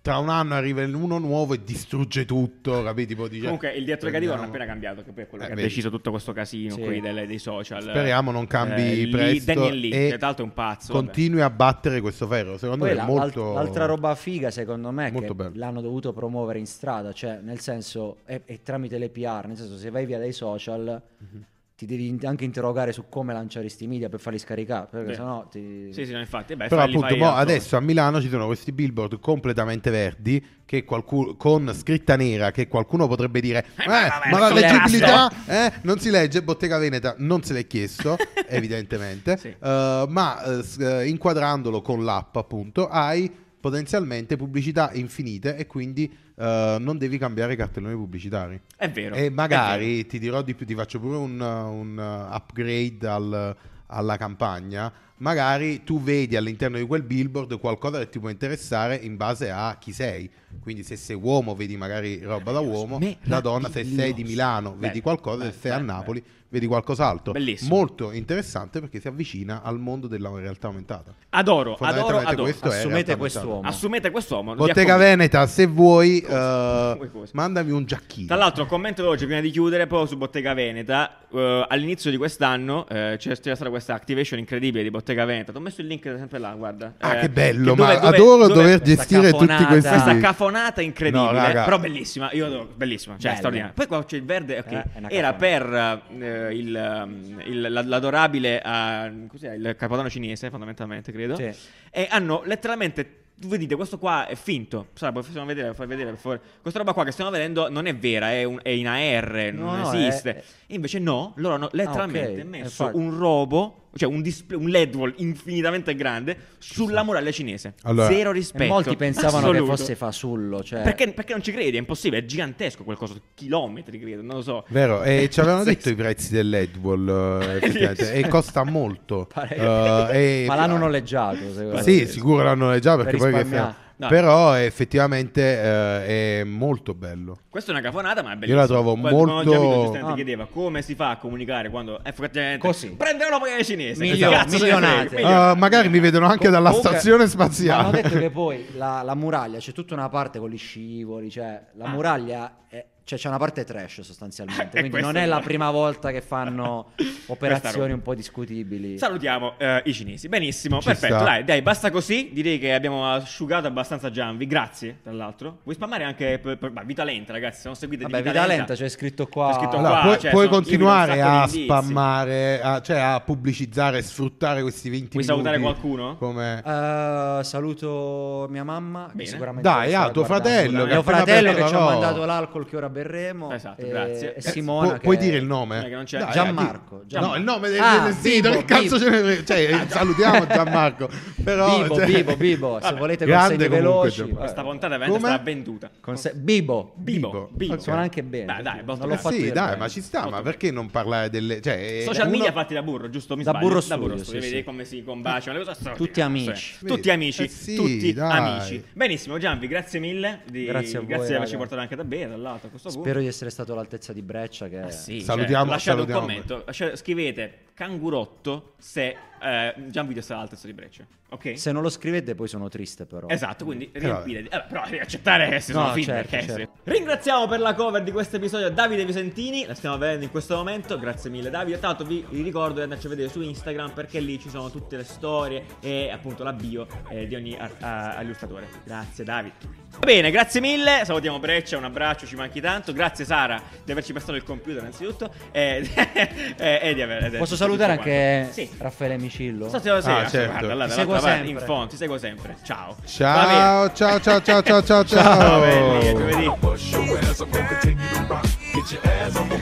Speaker 3: Tra un anno arriva uno nuovo e distrugge tutto, capito? Tipo, dice,
Speaker 2: Comunque il direttore creativo non ha appena
Speaker 3: prendiamo-
Speaker 2: cambiato, che poi è quello
Speaker 3: Eh,
Speaker 2: che ha
Speaker 3: vedi.
Speaker 2: deciso tutto questo casino
Speaker 1: Sì.
Speaker 2: qui delle- dei social.
Speaker 3: Speriamo non cambi
Speaker 2: Eh, Lee-
Speaker 3: presto
Speaker 2: Daniel Lee,
Speaker 3: e
Speaker 2: che tra l'altro è un pazzo. vabbè.
Speaker 3: Continui a battere questo ferro. Secondo
Speaker 1: Poi
Speaker 3: me è
Speaker 1: la-
Speaker 3: molto.
Speaker 1: l'alt- l'altra roba figa, secondo me, che
Speaker 3: molto bello.
Speaker 1: l'hanno dovuto promuovere in strada, cioè nel senso, e, e tramite le PR, nel senso se vai via dai social
Speaker 2: Mhm.
Speaker 1: ti devi in- anche interrogare su come lanciare sti media per farli scaricare, perché
Speaker 2: Sì.
Speaker 1: sennò ti...
Speaker 2: Sì, sì, no, infatti. Beh,
Speaker 3: Però
Speaker 2: falli
Speaker 3: appunto
Speaker 2: fai
Speaker 3: mo
Speaker 2: altrove.
Speaker 3: adesso a Milano ci sono questi billboard completamente verdi che qualcuno, con scritta nera che qualcuno potrebbe dire
Speaker 2: Eh,
Speaker 3: "Eh,
Speaker 2: vabbè,
Speaker 3: ma la
Speaker 2: sto cazzo!"
Speaker 3: leggibilità eh, non si legge, Bottega Veneta non se l'è chiesto evidentemente,
Speaker 2: Sì.
Speaker 3: Eh, ma eh, s- eh, inquadrandolo con l'app appunto hai potenzialmente pubblicità infinite e quindi eh, non devi cambiare cartelloni pubblicitari.
Speaker 2: È vero.
Speaker 3: E
Speaker 2: è
Speaker 3: magari ti dirò di più, ti faccio pure un, uh, un, uh, upgrade al- alla campagna. Magari tu vedi all'interno di quel billboard qualcosa che ti può interessare in base a chi sei. Quindi se sei uomo vedi magari roba
Speaker 2: Eh,
Speaker 3: da uomo, da donna se sei di Milano vedi
Speaker 2: Bello,
Speaker 3: qualcosa, se
Speaker 2: bello,
Speaker 3: sei a
Speaker 2: bello,
Speaker 3: Napoli vedi qualcos'altro.
Speaker 2: Bellissimo.
Speaker 3: Molto interessante perché si avvicina al mondo della realtà aumentata.
Speaker 2: vero. Adoro, adoro,
Speaker 3: Fondamentalmente
Speaker 2: adoro.
Speaker 3: questo è
Speaker 1: Assumete
Speaker 3: realtà
Speaker 1: quest'uomo.
Speaker 3: aumentata.
Speaker 2: Assumete quest'uomo. li
Speaker 3: Bottega
Speaker 2: accom-
Speaker 3: Veneta, se vuoi, uh,
Speaker 2: Vuoi cosa?
Speaker 3: mandami un giacchino.
Speaker 2: Tra l'altro, commento veloce prima di chiudere, proprio su Bottega Veneta. Eh, all'inizio di quest'anno eh, c'è c'era stata questa activation incredibile di Bottega Veneta. Ti ho messo il link sempre là, guarda.
Speaker 3: Ah,
Speaker 2: Eh,
Speaker 3: che bello,
Speaker 2: dove-
Speaker 3: ma
Speaker 2: dove-
Speaker 3: adoro
Speaker 2: dove-
Speaker 3: dover
Speaker 1: questa
Speaker 3: gestire tutti
Speaker 1: cafonata-
Speaker 3: questi...
Speaker 2: Questa
Speaker 1: Sì.
Speaker 2: cafonata incredibile,
Speaker 3: No, raga.
Speaker 2: però bellissima. Io adoro, bellissima, cioè
Speaker 1: Bella.
Speaker 2: straordinaria. Poi qua c'è il verde, ok.
Speaker 1: Eh, è una
Speaker 2: Era
Speaker 1: cafonata.
Speaker 2: per eh, il, ehm, il- la- l'adorabile eh, cos'è, il capodanno cinese, fondamentalmente, credo.
Speaker 1: Sì.
Speaker 2: E hanno letteralmente. Vedete, questo qua è finto. Sai, possiamo vedere, fai vedere per favore. Questa roba qua che stiamo vedendo non è vera, è, un- è in AR,
Speaker 1: No,
Speaker 2: non
Speaker 1: no,
Speaker 2: esiste.
Speaker 1: è- Ah,
Speaker 2: E Invece no, loro hanno letteralmente
Speaker 1: ok,
Speaker 2: messo
Speaker 1: infatti.
Speaker 2: un robo, cioè un, display, un LED wall infinitamente grande sulla muraglia cinese.
Speaker 3: Allora-
Speaker 2: Zero
Speaker 1: E
Speaker 2: rispetto.
Speaker 1: molti pensavano
Speaker 2: assoluto.
Speaker 1: che fosse fasullo, cioè...
Speaker 2: Perché, perché non ci credi? È impossibile, è gigantesco qualcosa, chilometri credo, non lo so.
Speaker 3: Vero, e ci avevano
Speaker 2: Sì,
Speaker 3: detto
Speaker 2: sì.
Speaker 3: i prezzi dell'Edwall eh, effettivamente, e costa molto.
Speaker 1: Pare-
Speaker 3: Eh, e-
Speaker 1: Ma l'hanno noleggiato, secondo
Speaker 3: Sì,
Speaker 1: me.
Speaker 3: sicuro l'hanno leggiato perché
Speaker 1: Per
Speaker 3: poi che
Speaker 1: risparmiare.
Speaker 3: fa-
Speaker 2: No.
Speaker 3: Però eh, effettivamente eh, è molto bello.
Speaker 2: Questa è una cafonata, ma è bellissima.
Speaker 3: la trovo
Speaker 2: Poi,
Speaker 3: molto-
Speaker 2: Come oggi amico giustamente
Speaker 1: Ah.
Speaker 2: chiedeva come si fa a comunicare quando è effettivamente
Speaker 1: Così.
Speaker 2: prende una roba cinese.
Speaker 1: Milio-
Speaker 2: che cazzo se ne frega?
Speaker 1: milionate.
Speaker 2: Milio-
Speaker 3: Ah, magari mi vedono anche dalla
Speaker 1: Comunque,
Speaker 3: stazione
Speaker 1: ma Hanno
Speaker 3: spaziale.
Speaker 1: detto che poi la, la muraglia c'è tutta una parte con gli scivoli, cioè la
Speaker 2: Ah.
Speaker 1: muraglia è- cioè, c'è una parte trash
Speaker 2: E
Speaker 1: sostanzialmente, quindi
Speaker 2: questo
Speaker 1: non
Speaker 2: è
Speaker 1: è la
Speaker 2: vero.
Speaker 1: prima volta che fanno
Speaker 2: Questa roba.
Speaker 1: operazioni un po' discutibili.
Speaker 2: Salutiamo eh, i cinesi. Benissimo,
Speaker 3: Ci
Speaker 2: perfetto.
Speaker 3: sta.
Speaker 2: Dai, dai, basta così. Direi che abbiamo asciugato abbastanza Gianvi. Grazie, tra l'altro. Vuoi spammare anche per, per, ma Vitalenta, ragazzi, se non seguite
Speaker 1: Vabbè,
Speaker 2: di
Speaker 1: Vitalenta c'è scritto qua.
Speaker 2: C'è scritto
Speaker 3: Allora,
Speaker 2: qua,
Speaker 3: puoi,
Speaker 2: cioè,
Speaker 3: puoi
Speaker 2: sono- io vedo un
Speaker 3: continuare
Speaker 2: sacco di
Speaker 3: a
Speaker 2: indizi.
Speaker 3: spammare, a- cioè a pubblicizzare, sfruttare questi 20
Speaker 2: Vuoi
Speaker 3: minuti.
Speaker 2: salutare qualcuno?
Speaker 3: Come...
Speaker 1: Eh, saluto mia mamma. che
Speaker 2: Bene.
Speaker 1: sicuramente
Speaker 3: Dai,
Speaker 1: starà
Speaker 3: ah, tuo
Speaker 1: guardando.
Speaker 3: fratello,
Speaker 2: che
Speaker 1: Mio
Speaker 3: appena
Speaker 1: fratello
Speaker 3: aperto
Speaker 1: che ci ha
Speaker 3: la-
Speaker 1: mandato l'alcol che ora berremo.
Speaker 2: Esatto,
Speaker 1: e,
Speaker 2: grazie.
Speaker 1: E
Speaker 2: Eh,
Speaker 1: Simona.
Speaker 3: Pu-
Speaker 1: che-
Speaker 3: puoi dire il nome?
Speaker 2: Eh, che non c'è.
Speaker 3: Dai,
Speaker 1: Gianmarco,
Speaker 3: dai, di-
Speaker 1: Gianmarco.
Speaker 3: No, il nome del,
Speaker 1: Ah,
Speaker 3: del sito,
Speaker 1: Bibo,
Speaker 3: che
Speaker 1: Bibo.
Speaker 3: cazzo ce ne Cioè, salutiamo Gianmarco. Però,
Speaker 1: Bibo,
Speaker 3: cioè-
Speaker 1: Bibo, Bibo. Se
Speaker 2: Vabbè.
Speaker 1: volete
Speaker 3: Grande
Speaker 1: consegne
Speaker 3: comunque,
Speaker 1: veloci.
Speaker 3: cioè, Gianmarco.
Speaker 2: Questa
Speaker 1: eh,
Speaker 2: puntata veramente
Speaker 3: Come?
Speaker 2: sarà venduta.
Speaker 1: conse- Bibo.
Speaker 2: Bibo,
Speaker 3: Bibo.
Speaker 2: Bibo.
Speaker 3: Ok. Eh,
Speaker 1: Suona anche bene.
Speaker 2: Beh, dai, molto
Speaker 1: non l'ho
Speaker 2: bene.
Speaker 1: fatto
Speaker 3: sì,
Speaker 1: io eh.
Speaker 3: dai,
Speaker 1: bene.
Speaker 3: ma ci sta,
Speaker 2: Molto
Speaker 3: ma
Speaker 2: bene.
Speaker 3: perché non parlare delle... Cioè,
Speaker 2: Social
Speaker 3: uno-
Speaker 2: media fatti da burro, giusto? Mi
Speaker 1: Da
Speaker 2: sbaglio.
Speaker 1: Burro
Speaker 2: da burro
Speaker 1: Studio,
Speaker 2: studio,
Speaker 1: sì,
Speaker 2: vedi
Speaker 1: sì.
Speaker 2: come si combaciano le cose
Speaker 1: Tutti amici.
Speaker 2: straordinarie. Tutti amici,
Speaker 3: Eh sì,
Speaker 2: tutti
Speaker 3: dai.
Speaker 2: amici. Benissimo, Gianvi, grazie mille. di-
Speaker 1: Grazie a voi,
Speaker 2: di averci
Speaker 1: raga.
Speaker 2: portato anche da bere, tra l'altro, a questo punto.
Speaker 1: Spero Eh, di essere stato all'altezza di Breccia. Che...
Speaker 2: Ah, sì,
Speaker 3: Salutiamo-
Speaker 2: certo. lasciate
Speaker 3: salutiamo.
Speaker 2: un commento, lasciate- scrivete cangurotto se eh, Gianvito sarà all'altezza di Breccia, ok?
Speaker 1: Se non lo scrivete, poi sono triste, però.
Speaker 2: Esatto, quindi
Speaker 3: Però-
Speaker 2: riempite. eh, però devi accettare che si sono
Speaker 1: No,
Speaker 2: film,
Speaker 1: certo,
Speaker 2: perché
Speaker 1: certo.
Speaker 2: se- Ringraziamo per la cover di questo episodio Davide Visentini. La stiamo vedendo in questo momento. Grazie mille, Davide. Tanto vi vi ricordo di andarci a vedere su Instagram perché lì ci sono tutte le storie e appunto la bio eh, di ogni ar- a- illustratore. Grazie, Davide. Va bene, grazie mille. Salutiamo Breccia. Un abbraccio, ci manchi tanto. Grazie, Sara, di averci prestato il computer, innanzitutto. E, e- e di aver. ed è
Speaker 1: Posso
Speaker 2: tutto
Speaker 1: salutare
Speaker 2: quanto.
Speaker 1: anche
Speaker 2: Sì.
Speaker 1: Raffaele Micillo?
Speaker 2: Sto- sto- sì,
Speaker 3: Ah,
Speaker 2: ah,
Speaker 3: certo.
Speaker 2: guarda, là,
Speaker 1: Ti
Speaker 2: dall'altra
Speaker 1: seguo
Speaker 2: parte,
Speaker 1: sempre.
Speaker 2: in fondo, ti seguo sempre. Ciao. Va
Speaker 3: Ciao,
Speaker 2: bene.
Speaker 3: ciao, ciao, ciao, ciao, ciao,
Speaker 2: Ciao, belli,
Speaker 3: ciao.
Speaker 2: giovedì.
Speaker 4: Bust your ass, I'm gonna continue to rock. Get your ass, I'm gonna